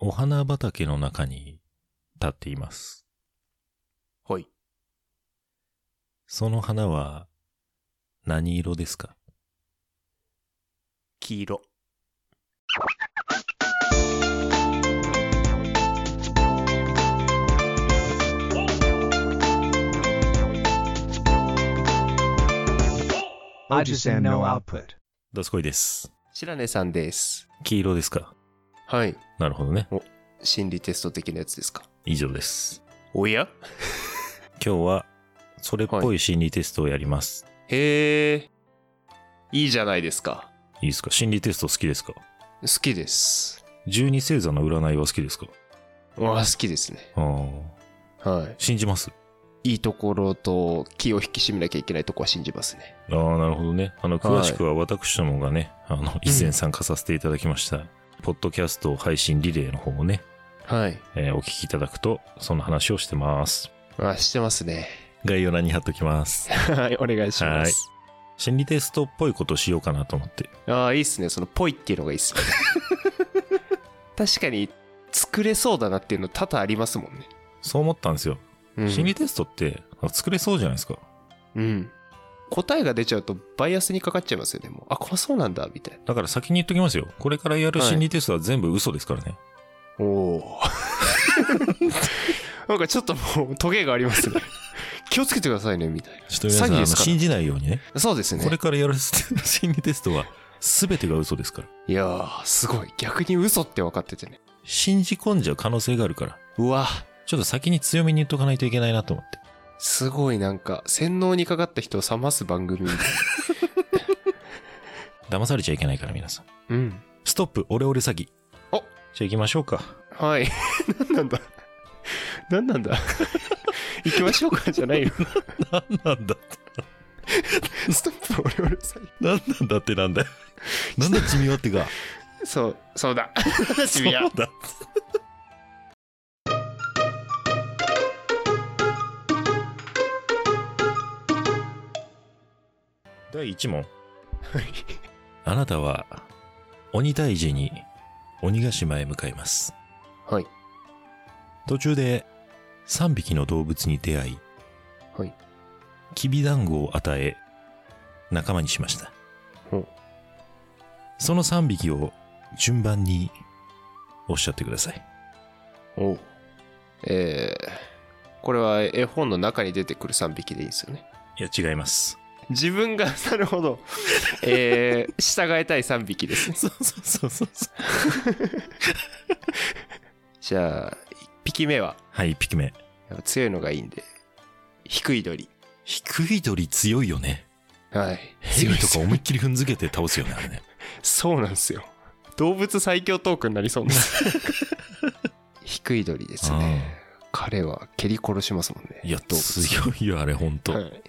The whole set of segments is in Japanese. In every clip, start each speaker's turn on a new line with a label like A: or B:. A: お花畑の中に立っています。
B: ほい。
A: その花は何色ですか
B: 黄色。
C: Ojisan no output.
A: ダスコイです。
B: 白根さんです。
A: 黄色ですか
B: はい。
A: なるほどね。
B: 心理テスト的なやつですか。
A: 以上です。
B: おや
A: 今日はそれっぽい心理テストをやります。
B: へえ。いいじゃないですか。
A: い、いですか心理テスト好きですか
B: 好きです。
A: 十二星座の占いは好きですか
B: わあ、好きですね。
A: あー
B: は
A: 信じます
B: い。いいところと気を引き締めなきゃいけないとこは信じますね。
A: ああ、なるほどね。あの、
B: はい
A: 詳しくは私どもがね、あの、以前参加させていただきました、ポッドキャスト配信リレーの方をね、
B: はい。
A: えーお聞きいただくと、その話をしてます。
B: あ、してますね。
A: 概要欄に貼っときます。
B: はい、お願いします。
A: 心理テストっぽいことしようかなと思って。
B: ああ、いいっすね。その、ぽいっていうのがいいっす ね。確かに、作れそうだなっていうの多々ありますもんね。
A: そう思ったんですよ。
B: うん
A: 心理テストって、なんか作れそうじゃないですか。
B: うん。答えが出ちゃうとバイアスにかかっちゃいますよね。もうあ、これそうなんだ、みたい
A: だから先に言っときますよ。これからやる
B: はい
A: 心理テストは全部嘘ですからね。
B: な。おお。 なんかちょっともう、トゲがありますね。 気をつけてくださいね、みたい
A: ちょっと皆さん、
B: 詐欺
A: あの
B: ですから
A: 信じないようにね。
B: な。そうですね。
A: これからやる 心理テストは、全てが嘘ですから。
B: いやー、すごい。逆に嘘って分かっててね。
A: 信じ込んじゃう可能性があるから。
B: うわ、
A: ちょっと先に強めに言っとかないといけないなと思って。
B: すごいなんか、洗脳にかかった人を冷ます番組みたい。
A: 騙されちゃいけないから皆さん。
B: うん。
A: ストップ、オレオレ詐欺。じ
B: お
A: ゃあ行きましょうか。
B: はい。 何なんだ何なんだ 行きましょうかじゃないよ。
A: 何なんだ
B: ストップ、俺俺さ。
A: 何なんだってなんだよ。なんだ地味はってか。
B: そう、そうだ。
A: そ
B: シ
A: う
B: ビア
A: だ。第1問。あなたは、鬼退治に鬼ヶ島へ向かいます。
B: はい。
A: 途中で3匹の動物に出会い、
B: はい。
A: きびだんごを与え、仲間にしました
B: ほう。
A: その3匹を順番におっしゃってください。
B: おうえー、これは絵本の中に出てくる3匹でいいんですよね。
A: いや、違います。
B: 自分が、 なるほど。えー、従えたい3匹ですね。
A: そうそうそうそうそう。
B: じゃあ、1匹目は、
A: はい、1匹目。
B: やっぱ強いのがいいんで、低い鳥。
A: 低い鳥強いよね。
B: はい。
A: ヘビとか
B: 強い
A: 思いっきり踏んづけて倒すよね、あれね。
B: です そうなんですよ。動物最強トークになりそうな。 低い鳥ですね。彼は蹴り殺しますもんね。
A: いや、
B: 動物
A: 強いよ、あれ、ほんと。
B: はい。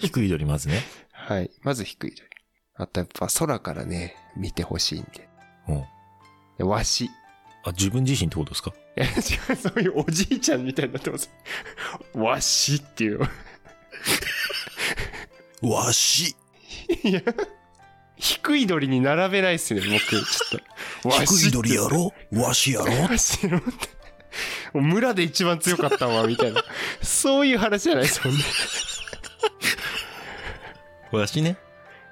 A: 低い鳥まずね。
B: はい。まず低い鳥。あとやっぱ空からね、見てほしいんで。
A: うん。
B: でわし。
A: あ、自分自身ってことですか
B: いや、違う、そういうおじいちゃんみたいになってます。 わしっていう。
A: わし
B: いや、低い鳥に並べないっすね、僕。ちょっと。 わしって
A: ろわしやろ
B: わしのって。もう村で一番強かったわ、みたい な。そういう話じゃないですもんね。
A: わしね。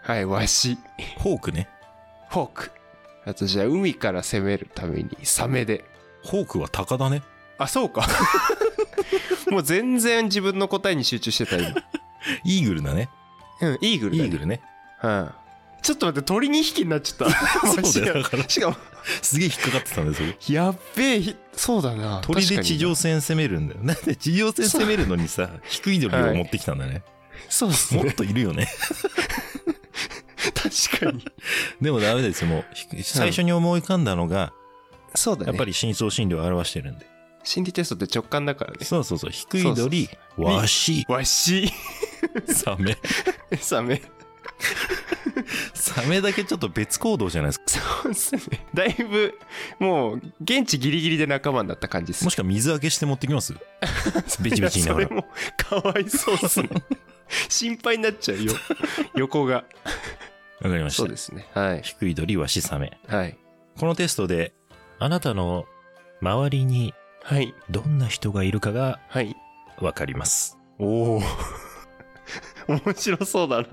B: はい、わし。
A: ホークね。
B: フォーク。あとじゃあ、海から攻めるために、サメで。
A: ホークは鷹だね。
B: あ、そう か。もう全然自分の答えに集中してた、今。
A: イーグルだね。
B: うん、イーグル
A: イ
B: だ、ね。
A: ーグルね。
B: うん。ちょっと待って、鳥に2匹になっち ゃった。わ
A: そ
B: し
A: うだよ。
B: が
A: だから、
B: しかも、
A: すげえ引っかかってたんですよ。
B: やっべえひ、そうだな。
A: 鳥
B: 確
A: で
B: かに
A: 地上戦攻めるん だよ。なんで地上戦攻めるのにさ、低い鳥を持ってきたんだね。
B: そうっ す
A: も
B: ね。
A: っといるよね。
B: 確かに。
A: でもダメですよ。もう、ひ最初に思い浮かんだのが、
B: そうだね。
A: やっぱり深層心理を表してるんで。
B: 心理テストって直感だからね。
A: そうそうそう。低い鳥、
B: うそう
A: わし、
B: わし、
A: サメ。
B: サメ。
A: サメだけちょっと別行動じゃないですか。
B: そうっすね。だいぶ、もう、現地ギリギリで仲間になった感じっす
A: も。しくは水揚げして持ってき ますベチベチになが
B: いやそ
A: ら。
B: れも、かわいそうっすね。 心配になっちゃ うよ。横が。
A: わかりまし
B: そう
A: た
B: で。すね。はい。
A: 低い鳥、わし、サメ。
B: はい。
A: このテストで、あなたの周りに
B: はい。
A: どんな人がいるかが
B: はい。
A: わかります。
B: おお。面白そうだな。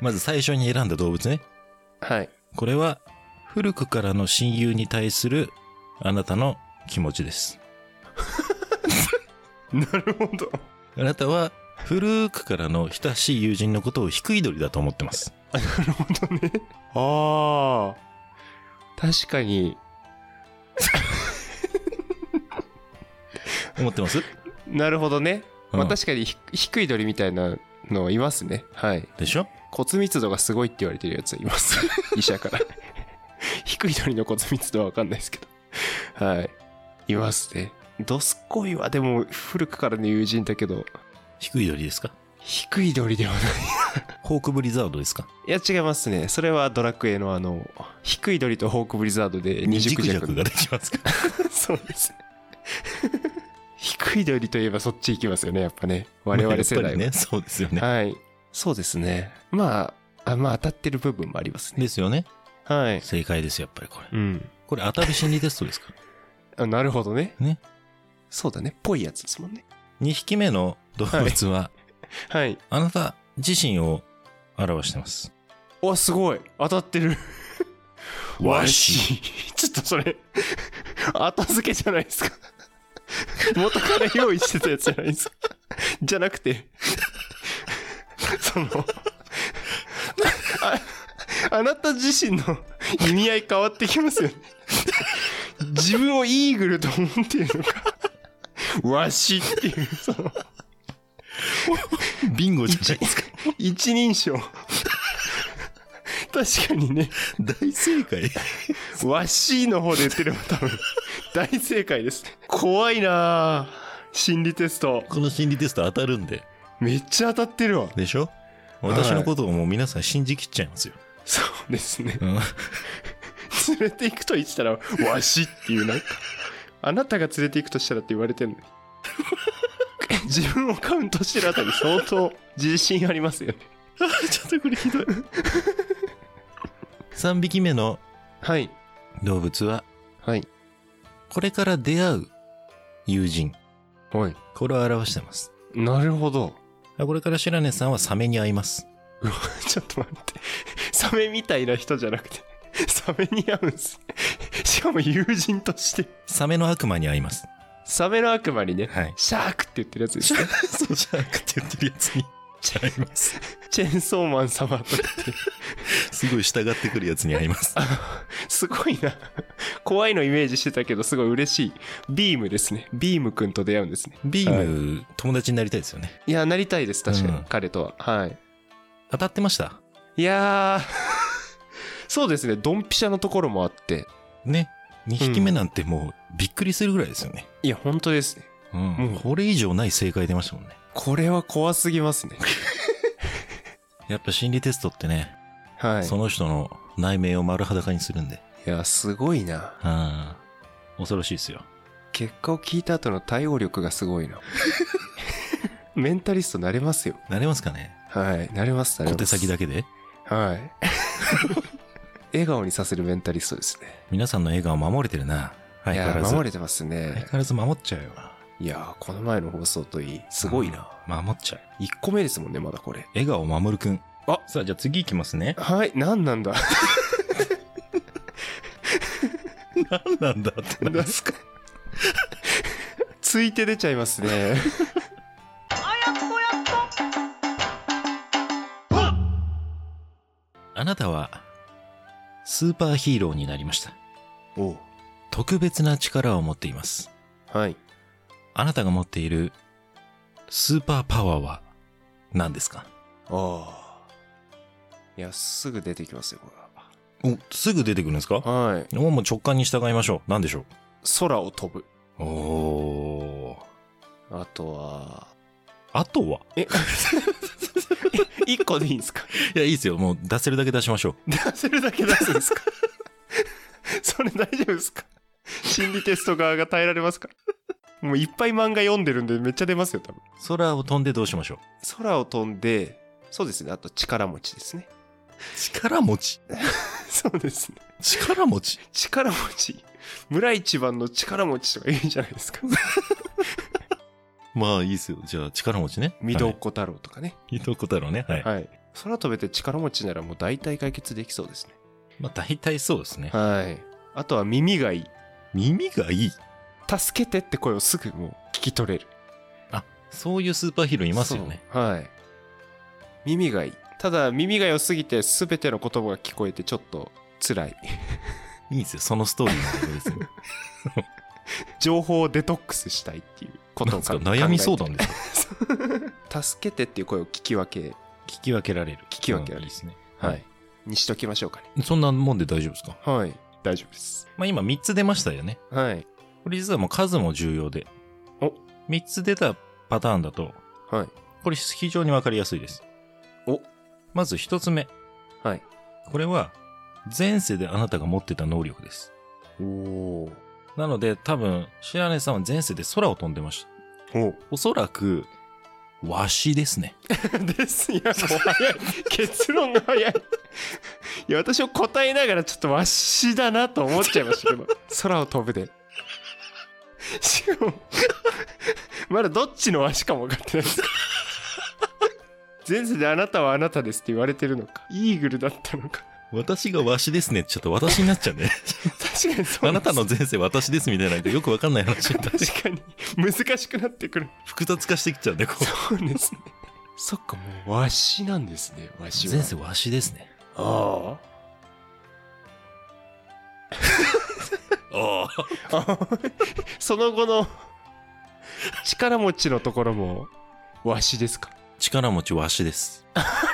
A: まず最初に選んだ動物ね。
B: はい。
A: これは古くからの親友に対するあなたの気持ちです。
B: なるほど。
A: あなたは古くからの親しい友人のことを低い鳥だと思ってます。
B: なるほどね。ああ。確かに。
A: 思ってます
B: なるほどね。ま
A: う
B: あ
A: ん
B: 確かにひ低い鳥みたいなのいますね。はい。
A: でしょ
B: 骨密度がすごいって言われてるやついます。 医者から。低い鳥の骨密度はわかんないですけど。はい。いますね。ドスコイはでも古くからの友人だけど、
A: 低い鳥ですか
B: 低い鳥ではない。
A: ホークブリザードですか
B: いや違いますね。それはドラクエのあの、低い鳥とホークブリザードで
A: 二
B: 二
A: 軸
B: 軸弱
A: 弱ができます か
B: そうです。低い鳥といえばそっち行きますよね、やっぱね。我々世
A: まあやっぱ
B: 代は。
A: りね、そうですよね。
B: はい。そうですね。まあ、あまあ当たってる部分もありますね。
A: ですよね。
B: はい。
A: 正解です、やっぱりこれ。
B: うん。
A: これ、当たる心理テストですか
B: あなるほどね。
A: ね。
B: そうだね。ぽいやつですもんね。
A: ?2 匹目の動物は、
B: はい。
A: あなた自身を表してます。
B: わ、すごい。当たってる。
A: わし。
B: ちょっとそれ、後付けじゃないですか。元から用意してたやつじゃないですか。じゃなくて、その、ああなた自身の意味合い変わってきますよね。自分をイーグルと思っているのか、わしっていう、その、
A: ビンゴじゃないですか。
B: 一人称。確かにね。
A: 大正解。
B: わしの方で言ってれば多分 大正解ですね。怖いなあ心理テスト。
A: この心理テスト当たるんで。
B: めっちゃ当たってるわ。
A: でしょ
B: い
A: 私のことをもう皆さん信じきっちゃいますよ。
B: そうですね。
A: うん
B: 連れて行くと言ったら、わしっていうなんか。あなたが連れて行くとしたらって言われてんのに。自分をカウントしてるあたり相当自信ありますよね。
A: ちょっとこれひどい。3匹目の
B: はい。
A: 動物は、
B: はい。
A: これから出会う友人。
B: はい。
A: これを表してます。
B: なるほど。
A: あこれから白根さんはサメに会います。
B: うわ ちょっと待って。サメみたいな人じゃなくて、サメに合うんすね。しかも友人として。
A: サメの悪魔に会います。
B: サメの悪魔にね、
A: はい。
B: シャークって言ってるやつです
A: そう、
B: ね。
A: じゃなくて言ってるやつに会います。
B: チェーンソーマン様とかって。
A: すごい従ってくるやつに会います。
B: すごいな。怖いのイメージしてたけど、すごい嬉しい。ビームですね。ビームくんと出会うんですね。
A: ビーム、友達になりたいですよね。
B: いや、なりたいです、確かに。
A: うん
B: 彼とは。はい。
A: 当たってました
B: いやー、そうですね。ドンピシャのところもあって。
A: ね。2匹目なんてもうびっくりするぐらいですよね。
B: いや、本当ですね。
A: うん。
B: うん
A: これ以上ない正解出ましたもんね。
B: これは怖すぎますね。
A: やっぱ心理テストってね、
B: はい。
A: その人の内面を丸裸にするんで。
B: いや、すごいな。
A: うん。恐ろしいですよ。
B: 結果を聞いた後の対応力がすご いな。メンタリストなれますよ。
A: なれますかね
B: はい。なれます、なれ
A: 小
B: ます。
A: 手先だけで
B: はい。 笑顔にさせるメンタリストですね。
A: 皆さんの笑顔守れてるな。
B: い
A: 相変わ
B: や、
A: らず。
B: 守れてます
A: 相変
B: ね
A: わ。らず守っちゃうよな。
B: いや、この前の放送といい。すごいな。
A: うん。守っちゃう。
B: 1個目ですもんね、まだこれ。
A: 笑顔守るくん。
B: あ。
A: さあ、じゃあ次行きますね
B: はい、何なんだ
A: 何 なんだって
B: 何ですかついて出ちゃいま すね。
A: あなたは、スーパーヒーローになりました。
B: お
A: 特別な力を持っています。
B: はい。
A: あなたが持っている、スーパーパワーは、何ですか
B: ああ。いや、すぐ出てきますよ、こ
A: お、すぐ出てくるんです
B: れ
A: か
B: は。はい。
A: おもう直感に従いましょう。何でしょ
B: 空を飛ぶ。
A: うおー。
B: あとは、
A: あとは
B: え 一個でいいんですか
A: いや、いいですよ。もう出せるだけ出しましょう。
B: 出せるだけ出すんですかそれ大丈夫ですか心理テスト側が耐えられますかもういっぱい漫画読んでるんでめっちゃ出ますよ多分
A: 空を飛んでどうしましょう
B: 空を飛んでそうですねあと力持ちですね
A: 力持ち。
B: そうですね。
A: 力持ち。
B: 力持ち。村一番の力持ちとかいいじゃないですか。
A: まあいいですよ。じゃあ力持ちね。
B: 水
A: は
B: 戸
A: い
B: 小太郎とかね。
A: 水戸小太郎ね。はい。
B: はい。空飛べて力持ちならもう大体解決できそうですね。
A: まあ大体そうですね。
B: はい。あとは耳がいい。
A: 耳がいい。
B: 助けてって声をすぐもう聞き取れる。
A: そういうスーパーヒーローいますよね。
B: そう。はい。耳がいい。ただ耳が良すぎて全ての言葉が聞こえてちょっと辛い。
A: いいんですよ。そのストーリーのことですよ。
B: 情報をデトックスしたいっていうこと
A: な
B: を
A: んすか
B: 考え
A: 悩み相談ですよ。
B: す。助けてっていう声を聞き分け、
A: 聞き分けられる。
B: 聞き分けら
A: う
B: れる
A: んいいですね。
B: はい。にしときましょうかね。
A: そんなもんで大丈夫ですか
B: はい。大丈夫です。
A: まあ今3つ出ましたよね。
B: はい。
A: これ実はもう数も重要で。
B: お
A: 3つ出たパターンだと、
B: はい。
A: これ非常にわかりやすいです。
B: お
A: まず1つ目。
B: はい。
A: これは、前世であなたが持ってた能力です。
B: おお。
A: なので多分、白根さんは前世で空を飛んでました。
B: お
A: おそらく、わしですね。
B: です。いや、もう早い。結論が早い。いや、私を答えながらちょっとわしだなと思っちゃいましたけど。空を飛ぶで。しかも、まだどっちのわしかも分かってないです。前世であなたはあなたですって言われてるのか。イーグルだったのか。
A: 私がわしですねってちょっと私になっちゃう ね。
B: 確かにそう
A: あなたの前世私ですみたいなのってよくわかんない話 になって
B: 確かに難しくなってくる。
A: 複雑化してきちゃうんで、こう。
B: そうですね。そっか、もうわしなんですね。わしは。
A: 前世わしですね。
B: あ
A: ああ。
B: あ。 その後の力持ちのところも、わしですか
A: 力持ちわしです。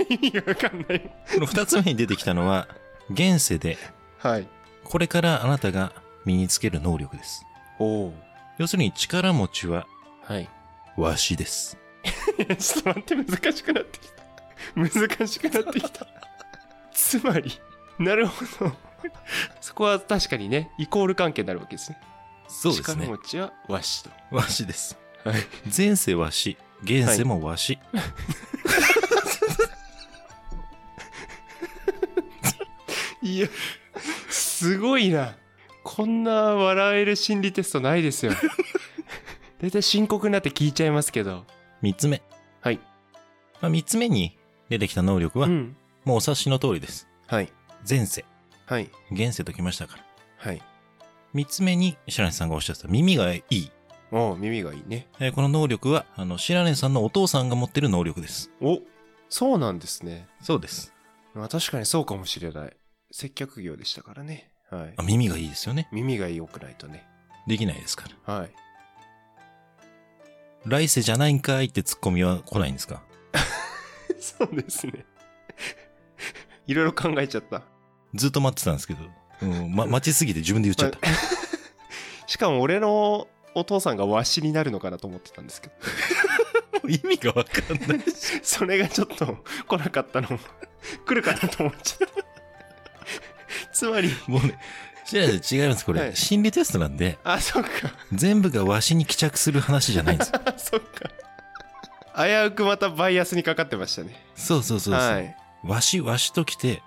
B: 意味がわかんない。
A: この二つ目に出てきたのは、現世で、
B: はい。
A: これからあなたが身につける能力です。
B: おお。
A: 要するに力持ちは
B: はい。
A: わしです。
B: ちょっと待って、難しくなってきた。難しくなってきた。つまり、なるほど。そこは確かにね、イコール関係になるわけですね。
A: そうです
B: 力
A: ね
B: 持。ちはわしと。
A: わしです。
B: はい。
A: 前世わし、現世もわし。
B: いや、すごいな。こんな笑える心理テストないです よ。大体深刻になって聞いちゃいますけど。
A: 三つ目。
B: はい。
A: まあ、三つ目に出てきた能力は、
B: ん。
A: もうお察しの通りです。
B: はい。
A: 前世、
B: はい。
A: 現世ときましたから。
B: はい。
A: 三つ目に、白根さんがおっしゃってた耳がいい。
B: おう耳がいいね。
A: えーこの能力は、あの、白根さんのお父さんが持ってる能力です。
B: おそうなんですね。
A: そうです。
B: まあ確かにそうかもしれない。接客業でしたからね。はい
A: あ。耳がいいですよね。
B: 耳が良くないとね。
A: できないですから。
B: はい。
A: 来世じゃないんかいってツッコミは来ないんですか
B: そうですね。 いろいろ考えちゃった。
A: ずっと待ってたんですけど、うん、ま、待ちすぎて自分で言っちゃった。
B: しかも俺のお父さんがわしになるのかなと思ってたんですけど。
A: 意味がわかんない。
B: それがちょっと来なかったのも来るかなと思っちゃったつまり
A: もうね、白根さん違います。これ、
B: はい
A: 心理テストなんで、
B: あそっか
A: 全部がわしに帰着する話じゃないんですよ。
B: あ そっか危うくまたバイアスにかかってましたね
A: そうそうそうそう。
B: はい
A: わし、わしと来て、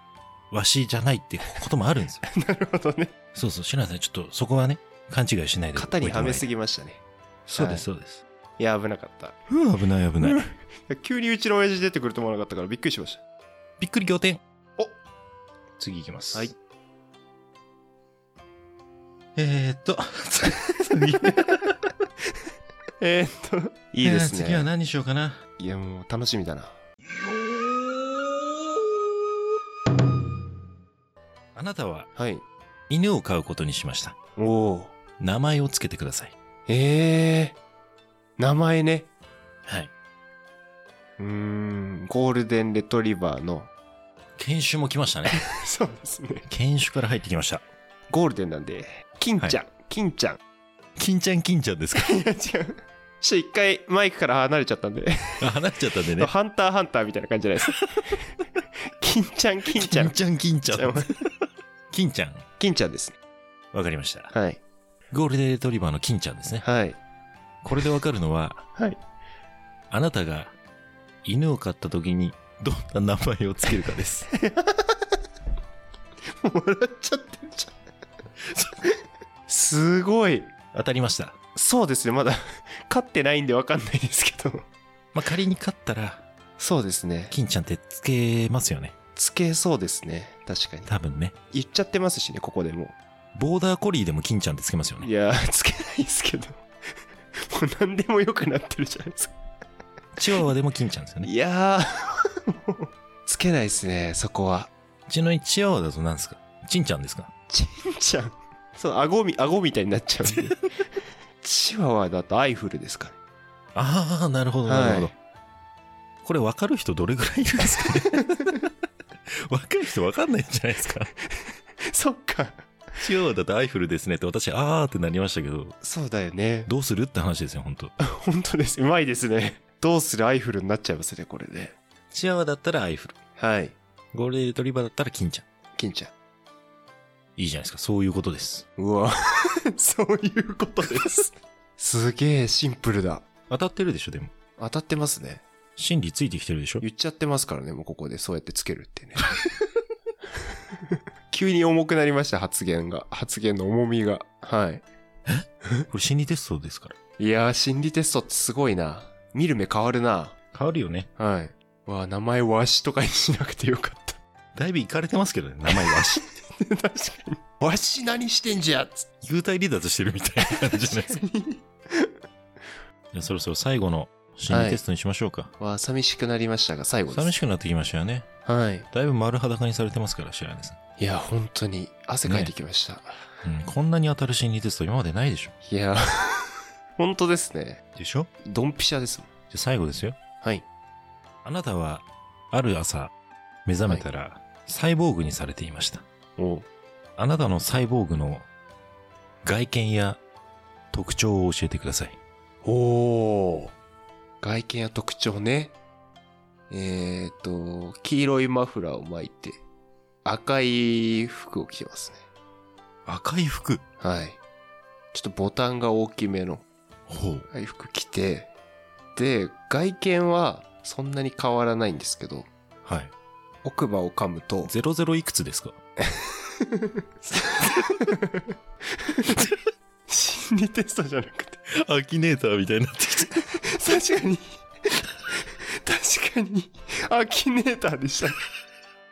A: わしじゃないってこともあるんですよ。
B: なるほどね
A: そうそう、白根さん、ちょっとそこはね、勘違いしないで。
B: 肩にはめす
A: ぎ。
B: ぎましたね
A: そうです、そうです。
B: いや危なかった
A: うわ、危ない危ない。
B: 急にうちの親父出てくると思わなかったからびっくりしまし
A: びっくり仰天。
B: お
A: 次いきます。
B: はい。
A: えー、っと、
B: た えー、っと いいです
A: えー次は
B: ね
A: 何にしようかな。
B: いやもう楽しみだな
A: あなたは
B: はい
A: 犬を飼うことにしました。
B: おお
A: 名前をつけてください。
B: えー、名前ね
A: はい。
B: うーんゴールデンレトリバーの
A: 犬種も来ましたね。
B: そうですね
A: 犬種から入ってきました。
B: ゴールデンなんで、金ちゃん、金ち ゃん。
A: 金ちゃん金ちゃんですか
B: いや違う。ちょっと一回マイクから離れちゃったんで、
A: あ離れちゃったんでね。
B: ハンターハンターみたいな感じじゃないですか。金ちゃん、金ちゃ
A: 金
B: ん。
A: ちゃん金ちゃ
B: 金
A: ん。金ちゃん。
B: 金ちゃんですね。
A: わかりました。
B: はい。
A: ゴールデンレトリバーの金ちゃんですね。
B: はい。
A: これでわかるのは、
B: はい。
A: あなたが 犬を飼った時にどんな名前をつけるかです。
B: 笑っちゃってるじゃん。すごい。
A: 当たりました。
B: そうですね、まだ勝ってないんでわかんないですけど。
A: まあ、仮に勝ったら、
B: そうですね。
A: 金ちゃんってつけますよね。
B: つけそうですね。確かに。
A: 多分ね。
B: 言っちゃってますしね、ここでも
A: ボーダーコリーでも金ちゃんってつけますよ
B: う。い
A: ね。
B: やー、つけないですけど。もう何でも良くなってるじゃないですか。
A: チワワでも金ちゃんですよね。
B: いやー、もう、つけないですね、そこは。
A: ちなみにチワワだと何ですかチンちゃんですか
B: ちんちゃん。そう、顎み、顎みたいになっちゃうんで。チワワだとアイフルですかね。
A: ああ、なるほど、なるほど。
B: は
A: これ分かる人どれぐらいいるんですかね 分かる人分かんないんじゃないですか
B: そっか。
A: チワワだとアイフルですねって私、あーってなりましたけど、
B: そうだよね。
A: どうするって話ですよ、本当
B: 本当です。うまいですね。どうするアイフルになっちゃいますね、これで。
A: チワワだったらアイフル。
B: はい。
A: ゴールデンレトリバーだったら金ちゃん。
B: 金ちゃん。
A: いいじゃないですか。そういうことです。
B: うわ。 そういうことです。すげえシンプルだ。
A: 当たってるでしょ、でも。
B: 当たってますね。
A: 心理ついてきてるでしょ
B: 言っちゃってますからね、もうここでそうやってつけるってね。 急に重くなりました、発言が。発言の重みが。はい。
A: これ心理テストですから。
B: いやー、心理テストってすごいな。見る目変わるな。
A: 変わるよね。
B: はい。わあ、名前わしとかにしなくてよかった。
A: だいぶいかれてますけどね、名前わし。
B: 確かに。 わし何してんじゃっつ
A: 幽体離脱してるみたいな感じじゃない ですか。
B: に。
A: じゃあそろそろ最後の心理テストにしましょうか。
B: わあ、寂しくなりましたが、最後です。
A: 寂しくなってきましたよね。
B: はい。
A: だいぶ丸裸にされてますから、白根さん。
B: いや、本当に、汗かいてきました。
A: うん、こんなに当たる心理テスト今までないでしょ。
B: いや、 本当ですね。
A: でしょ
B: ドンピシャですもん。
A: じゃあ最後ですよ。
B: はい。
A: あなたは、ある朝、目覚めたら、サイボーグにされていました。
B: おう
A: あなたのサイボーグの外見や特徴を教えてください。
B: おー外見や特徴ね。えっ、と、黄色いマフラーを巻いて、赤い服を着てますね。
A: 赤い服。
B: はい。ちょっとボタンが大きめの
A: ほう。
B: 赤い服着て、で、外見はそんなに変わらないんですけど、
A: はい。
B: 奥歯を噛むと、
A: ゼロゼロいくつですか
B: 心理テストじゃなくて、
A: アキネーターみたいになってきた。
B: 確 かに、確かに、アキネーターでした。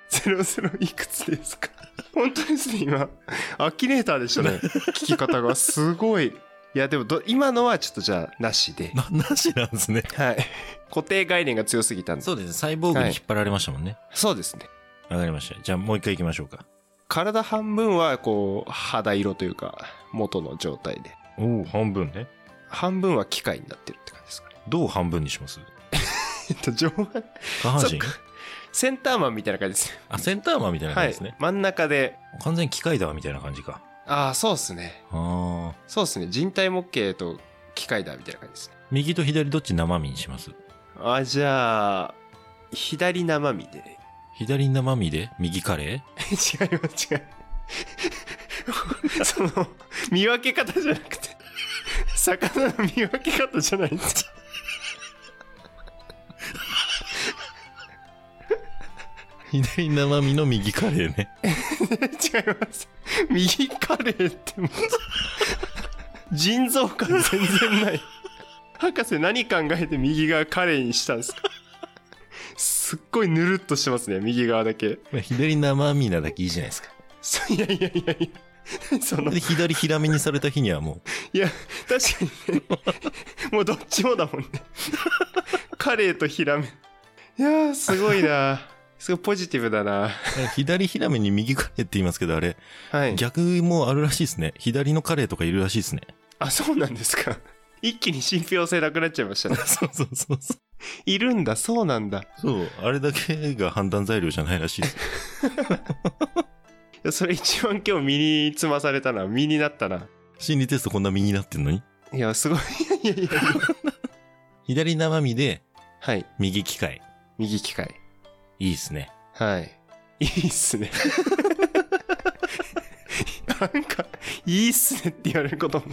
B: ゼロゼロいくつですか本当ですね、今。アキネーターでしたね。聞き方がすごい。いや、でもど、今のはちょっとじゃあ、なしで。
A: な、なしなんですね。
B: はい。 固定概念が強すぎたんで。
A: そうですね。サイボーグに引っ張られましたもんね。
B: そうですね。
A: わ、かりました。じゃあもう一回行きましょうか。
B: 体半分は、こう、肌色というか、元の状態で。
A: おお、半分ね。
B: 半分は機械になってるって感じですかね。
A: どう半分にします
B: えっと、上半、
A: 下半
B: そ
A: 身
B: っかセンターマンみたいな感じですね。
A: あ、センターマンみたいな感
B: は
A: じで
B: い
A: すね。。
B: 真ん中で。
A: 完全に機械だわみたいな感じか。
B: ああ、そうですね。
A: ああ。
B: そうですね。人体模型と機械だみたいな感じですね。
A: 右と左どっち生身にします
B: あ、じゃあ、左生身でね。
A: 左生身で右カレ
B: 違います、違う。 その、見分け方じゃなくて、魚の見分け方じゃないんです。
A: ー左生身の右カレーね。
B: 違います。右カレーってもう、腎臓感全然ない。博士何考えて右側カレーにしたんですかすっごいぬるっとしてますね、右側だけ。
A: まあ左生身なだけいいじゃないですか。
B: そいやいやいやいや。その、
A: で、左ひらめにされた日にはもう、
B: いや、確かにね。もうどっちもだもんね。カレーとヒラメ。いやー、すごいな。すごいポジティブだな。
A: 左ひらめに右カレーって言いますけど、あれ、
B: はい。
A: 逆もあるらしいですね。左のカレーとかいるらしいですね。
B: あ、そうなんですか。一気に信憑性なくなっちゃいましたね。
A: そうそうそうそう。
B: いるんだ、そうなんだ。い
A: そう、あれだけが判断材料じゃないらしいです。
B: や、それ一番今日身につまされたな。身になったな。
A: 心理テストこんな身になってんのに。
B: いや、すごい。 いやいやいや。
A: 左生身で
B: はい。
A: 右機械。
B: 右機械。
A: いいですね。
B: はい。いいっすね。なんか、いいっすねって言われることも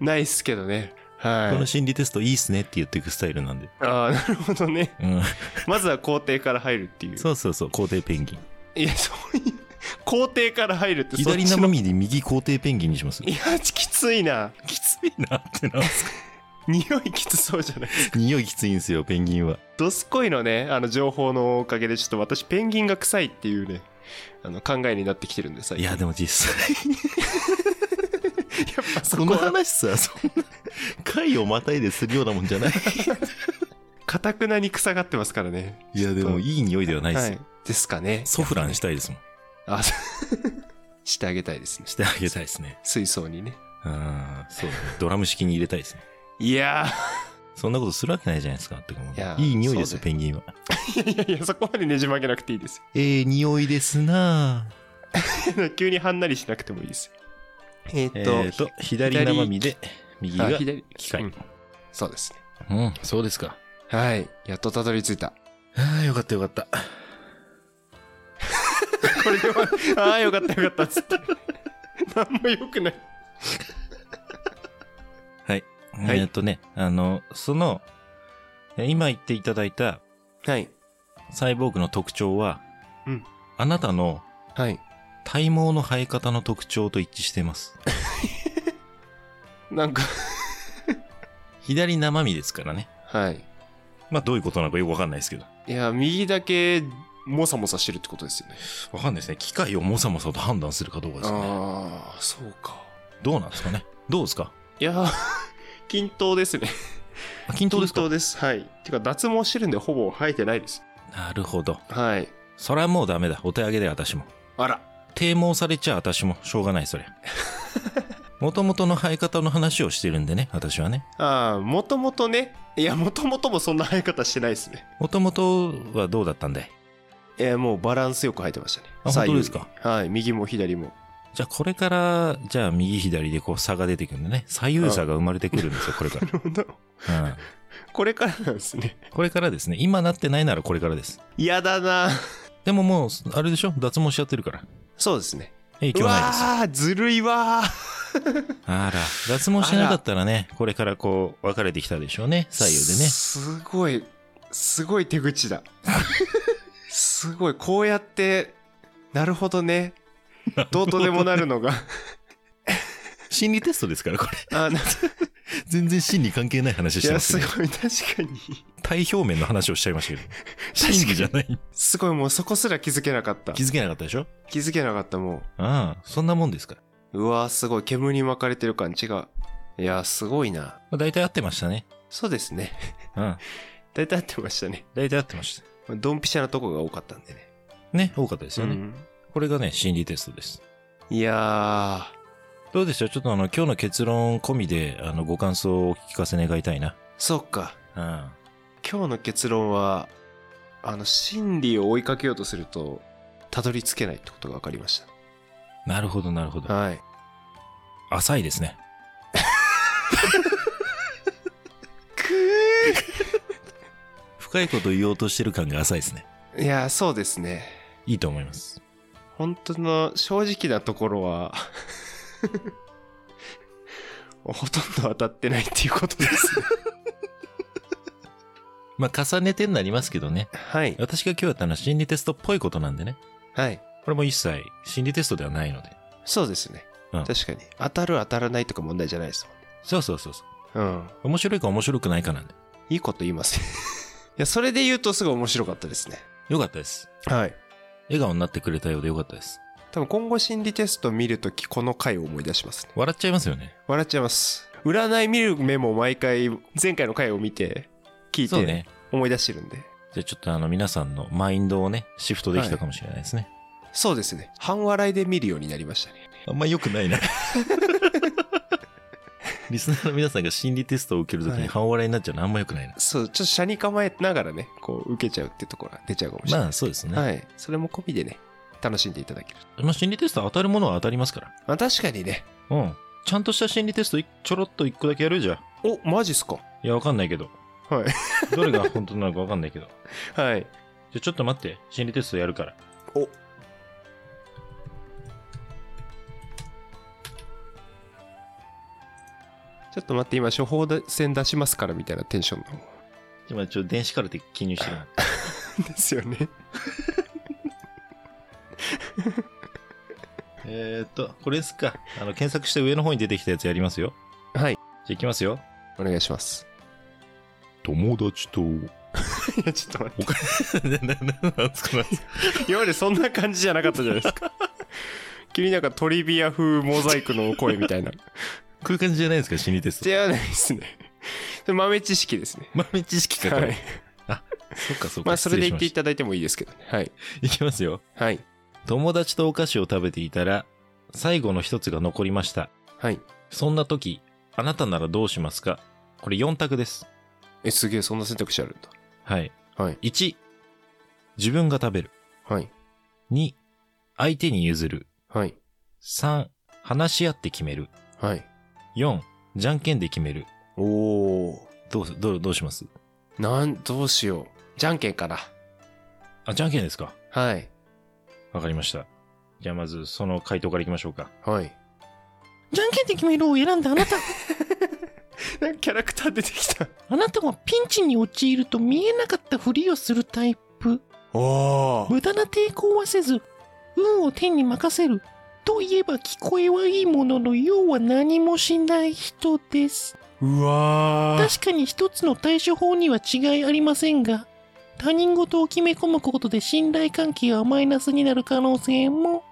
B: ないっすけどね。
A: こ
B: は
A: の
B: い。
A: 心理テストいいっすねって言っていくスタイルなんで。
B: ああ、なるほどね。
A: うん。
B: まずは工程から入るっていう。
A: そうそうそう、皇帝ペンギン。
B: いや、そういう、皇帝から入るってそっ
A: 左
B: ちの
A: 生身で右皇帝ペンギンにします
B: いやきついな
A: きついなってな
B: 匂いきつそうじゃない
A: 匂いきついんですよペンギンは
B: どすこいのねあの情報のおかげでちょっと私ペンギンが臭いっていうねあの考えになってきてるんで最
A: い
B: 近
A: やでも実 際
B: やっぱそ
A: こ
B: こ
A: の
B: は
A: 話さそんな回をまたいでするようなもんじゃない
B: かたくなに臭がってますからね
A: いやでもいい匂いではないですよ、
B: はい、ですかね
A: ソフランしたいですもん
B: あ そうしてあげたいですね
A: してあげたいですね
B: 水槽にね
A: うんそうだねドラム式に入れたいですね
B: いや
A: そんなことするわけないじゃないですかってかもう
B: いや
A: いい匂いです
B: そうだ
A: よペン
B: よ
A: ギンは
B: ーいやいやそこまでねじ曲げなくていいです
A: ええ匂いですなあ
B: よ急にはんなりしなくてもいいですよえー
A: え
B: っ
A: っ
B: と,、
A: と,、左生身で右が
B: あ左
A: 機械
B: うんそうですね
A: うん、そうですか
B: はいやっとたどり着いた
A: ああよかったよかった
B: これで終わるああよかったよかったっつって 何もよくない
A: はい、
B: い
A: えっとねあのそのえ今言っていただいた
B: はい
A: サイボーグの特徴は、
B: うん
A: あなたの
B: はい
A: 体毛の生え方の特徴と一致しています。
B: なんか
A: 左生身ですからね。
B: はい
A: まあどういうことなのかよくわかんないですけど。
B: いや右だけもさもさしてるってことですよね
A: わかんないですね。機械をもさもさと判断するかどうかですよね。
B: ああそうか
A: どうなんですかね。どうですか
B: いやー 均等ですね
A: あ 均等ですか
B: ですはいてか脱毛してるんでほぼ生えてないです
A: なるほど。
B: はい
A: それはもうダメだ。お手上げで私も。
B: あら
A: 低毛されちゃ私も。しょうがない、 それ。もともとの生え方の話をしてるんでね、私はね。
B: ああもともとねいやもともともそんな生え方してないですね
A: もともとはどうだったんだい
B: えー、もうバランスよく生えてましたね
A: あ
B: 左右
A: 本当で
B: はい右も左も
A: じゃあこれから、じゃあ右左でこう差が出てくるんでね。左右差が生まれてくるんですよ、これから。うん、
B: これからなんですね
A: これからですね。今なってないならこれからです。
B: 嫌だな
A: でももう、あれでしょ脱毛しちゃってるから。
B: そうですね
A: 影
B: う
A: 響ないですよ。
B: わーずるいわー
A: あら、脱毛しなかったらね、これからこう、分かれてきたでしょうね。左右でね。
B: すごいすごい手口だすごいこうやってなるほどねどうとでもな るのが
A: 心理テストですから、これ。
B: あな
A: 全然心理関係ない話し
B: い
A: て
B: や
A: ます
B: す
A: けど。
B: ごい確かに
A: 体表面の話をしちゃいましたけど。心理じゃない。
B: すごいもうそこすら気づけなかった
A: 気づけなかったでしょ
B: 気づけなかったも
A: ああ、そんなもんですから。
B: ううわーすごい煙に巻かれてる感違ういやーすごいな
A: まあ、大体合ってましたね。
B: そうですね
A: うん。
B: 大体合ってましたね
A: 大体合ってました。
B: ドンピシャなとこが多かったんでね
A: ね、多かったですよね。
B: ん
A: これがね、心理テストです。
B: いやー
A: どうでしょうちょっとあの、今日の結論込みで、あの、ご感想をお聞かせ願いたいな。
B: そっか
A: うん。
B: 今日の結論はあの真理を追いかけようとするとたどり着けないってことが分かりまし
A: なるほど、なるほ
B: た
A: ど。
B: はい
A: 浅いですね。深いこと言おうとしてる感が浅いですね。
B: いやそうですね
A: いいと思います。
B: 本当の正直なところは ほとんど当たってないっていうことで すね
A: まあ、重ねてになりますけどね。
B: はい
A: 私が今日やったのは心理テストっぽいことなんでね。
B: はい
A: これも一切心理テストではないので。
B: そうですね、
A: うん
B: 確かに当たる当たらないとか問題じゃないです
A: そうそうそうそう。
B: もんね
A: 面白いか面白くないかなんで。
B: うんいいこと言いますね いやそれで言うとすごい面白かったですね
A: よかったです。
B: はい
A: 笑顔になってくれたようでよかったです。
B: 多分今後心理テスト見るときこの回を思い出しますね
A: 笑っちゃいますよね。
B: 笑っちゃいます占い見る目も毎回前回の回を見て聞い
A: そう
B: て
A: ね。
B: 思い出してるんで
A: じゃあちょっとあの皆さんのマインドをね、シフトできたかもしれないですね。
B: そうですね半笑いで見るようになりましたね
A: あんま良くない な。リスナーの皆さんが心理テストを受けるとき
B: はい
A: に半笑いになっちゃうのあんま良くないな。
B: そうちょっと車に構えながらねこう受けちゃうってところが出ちゃうかもしれない、
A: まあそうですね。
B: はいそれも込みでね楽しんでいただける
A: まあ心理テストは当たるものは当たりますから。
B: まあ確かにね
A: うん。ちゃんとした心理テストいちょろっと一個だけやるじゃん。
B: おマジっすか
A: いや、わかんないけど。
B: はい
A: どれが本当なのかわかんないけど。
B: はい
A: じゃあちょっと待って。心理テストやるから。
B: おちょっと待って今処方箋出しますからみたいなテンションの
A: 今ちょっと電子カルテ記入してる。
B: ですよね
A: えーっと、これですか。あの、検索して上の方に出てきたやつやりますよ。
B: はい。
A: じゃあいきますよ。
B: お願いします。
A: 友達 と。
B: いや、 ちょっと待っ
A: な、な、なんつかな。
B: て。今までそんな感じじゃなかったじゃない ですか。急になんかトリビア風モザイクの声みたいな。
A: こういう感じじゃないですか、心理テ スト。
B: 違うないですね。それ豆知識ですね。
A: 豆知識か、こ
B: はい
A: れ。。そっか、そっか。
B: まあ、それで言ってい
A: 失
B: ただいてもいいですけどね。はい。
A: 礼しましたいきますよ。
B: はい。
A: 友達とお菓子を食べていたら、最後の一つが残りました。
B: はい。
A: そんな時、あなたならどうしますかこれ4択です。
B: え、すげえ、そんな選択肢あるんだ。
A: はい。
B: はい。
A: 1、自分が食べる。
B: はい。
A: 2、相手に譲る。
B: はい。
A: 3、話し合って決める。
B: はい。
A: 4、じゃんけんで決める。
B: おー。
A: どうす、どう、どうします
B: なん、どうしよう。じゃんけんかな。
A: あ、じゃんけんですか
B: はい。
A: わかりました。じゃあまず、その回答からいきましょうか。
B: はい。
A: じゃんけんで決めるを選んだあなた、
B: なんかキャラクター出てきた。
A: あなたはピンチに陥ると見えなかったふりをするタイプ。
B: おー。
A: 無駄な抵抗はせず、運を天に任せる。といえば聞こえはいいものの、要は何もしない人です。
B: うわー。
A: 確かに一つの対処法には違いありませんが、他人事を決め込むことで信頼関係がマイナスになる可能性も。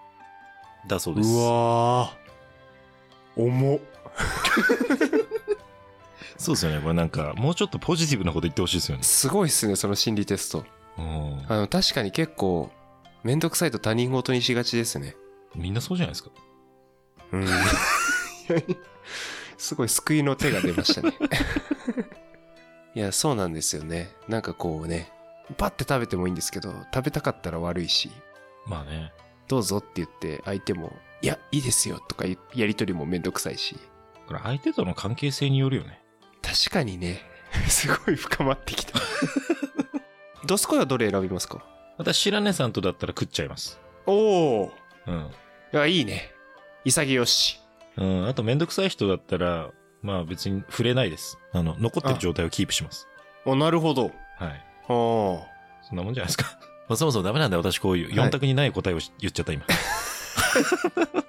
A: だそう
B: わー。重っ。
A: そうですよね。これなんか、もうちょっとポジティブなこと言ってほしいですよね。
B: すごいっすね、その心理テスト。あの、確かに結構、めんどくさいと他人事にしがちですね。
A: みんなそうじゃないですか。
B: うん。 すごい救いの手が出ましたね。 いや、そうなんですよね。なんかこうね、パッて食べてもいいんですけど、食べたかったら悪いし、
A: まあね。
B: どうぞって言って相手も、いや、いいですよとか言うやりとりもめんどくさいし。
A: これ相手との関係性によるよね。
B: 確かにね、すごい深まってき た。ドスコイはどれ選びますか
A: 私、白根さんとだったら食っちゃいます。
B: おお
A: うん。
B: いや、いいね。潔し。
A: うん、あとめんどくさい人だったら、まあ別に触れないです。あの、残ってる状態をキープします。
B: お、なるほど。
A: はい。
B: おー。
A: そんなもんじゃないですか。 まあそもそもダメなんだよ、私こういう。
B: はい
A: 4択にない答えをし言っちゃった、今。
B: 確か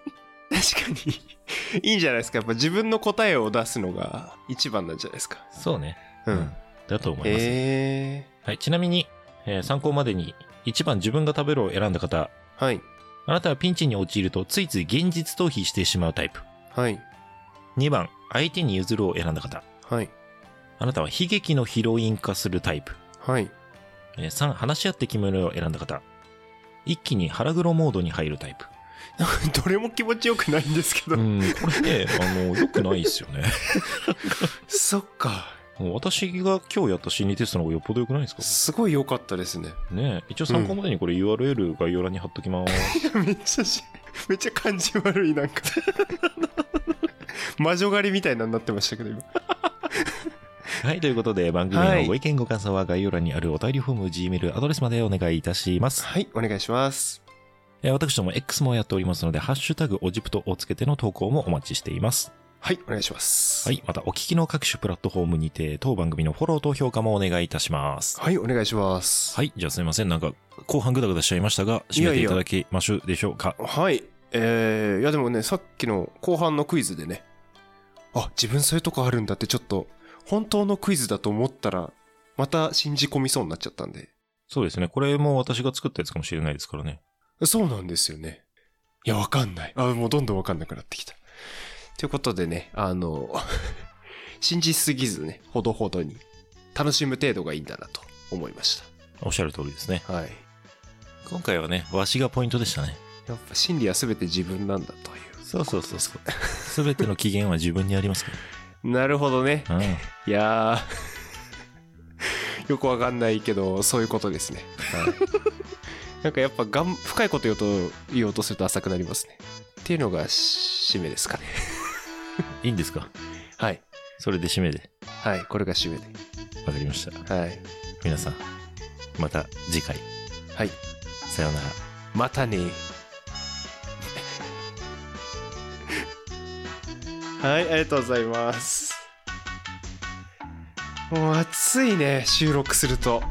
B: にいいんじゃないですかやっぱ自分の答えを出すのが一番なんじゃないですか
A: そうね。
B: うん、
A: だと思います。
B: え
A: はい。ちなみに、えー参考までに、1番自分が食べるを選んだ方、
B: ー、はい
A: あなたはピンチに陥るとついつい現実逃避してしまうタイプ。
B: はい
A: 2番、相手に譲るを選んだ方、
B: はい
A: あなたは悲劇のヒロイン化するタイプ。
B: はい
A: えー3、話し合って決めるを選んだ方、一気に腹黒モードに入るタイプ。
B: どれも気持ちよくないんですけど、
A: うん、これね、あ の、良くないですよね。
B: そっか
A: もう私が今日やった心理テストの方がよっぽど良くないです
B: すごい良かったですね
A: かねえ一応参考までにこれ URL 概要欄に貼っときます。
B: めっちゃしめっちゃ感じ悪いなんか 魔女狩りみたいなになってましたけど今
A: はい、ということで番組のご意見ご感想は概要欄にあるお便りフォーム、Gmail アドレスまでお願いいたします。
B: はいお願いします
A: えー私ども X もやっておりますので、ハッシュタグオジプトをつけての投稿もお待ちしています。
B: はいお願いします
A: はい、またお聞きの各種プラットフォームにて当番組のフォローと評価もお願いいたします。
B: はいお願いします
A: はい、じゃあすいません。なんか後半グダグダしちゃいましたが、締めていただきましょうでしょうか。
B: はい。えー、いやでもね、さっきの後半のクイズでね、あ、自分そういうとこあるんだってちょっと、本当のクイズだと思ったら、また信じ込みそうになっちゃったんで。
A: そうですね。これも私が作ったやつかもしれないですからね。
B: そうなんですよね。いや、わかんない。あ、もうどんどんわかんなくなってきた。ということでね、あの、 信じすぎずね、ほどほどに、楽しむ程度がいいんだなと思いまし
A: おっしゃる通りですね。
B: た。はい。
A: 今回はね、わしがポイントでしたね。
B: やっぱ心理は全て自分なんだという。
A: そうそうそうそう。すべての機嫌は自分にありますか
B: なるほどね。
A: ら。うん。
B: いやーよくわかんないけどそういうことですね、なんかやっぱがん深いこと言おうと言おうとすると浅くなりますねっていうのがし締めですかね
A: いいんですか
B: はい
A: それで締めで。
B: はいこれが締めで
A: わかりました。
B: はい
A: 皆さん、また次回。
B: はい
A: さようなら。
B: またね はいありがとうございますもう暑いね収録すると。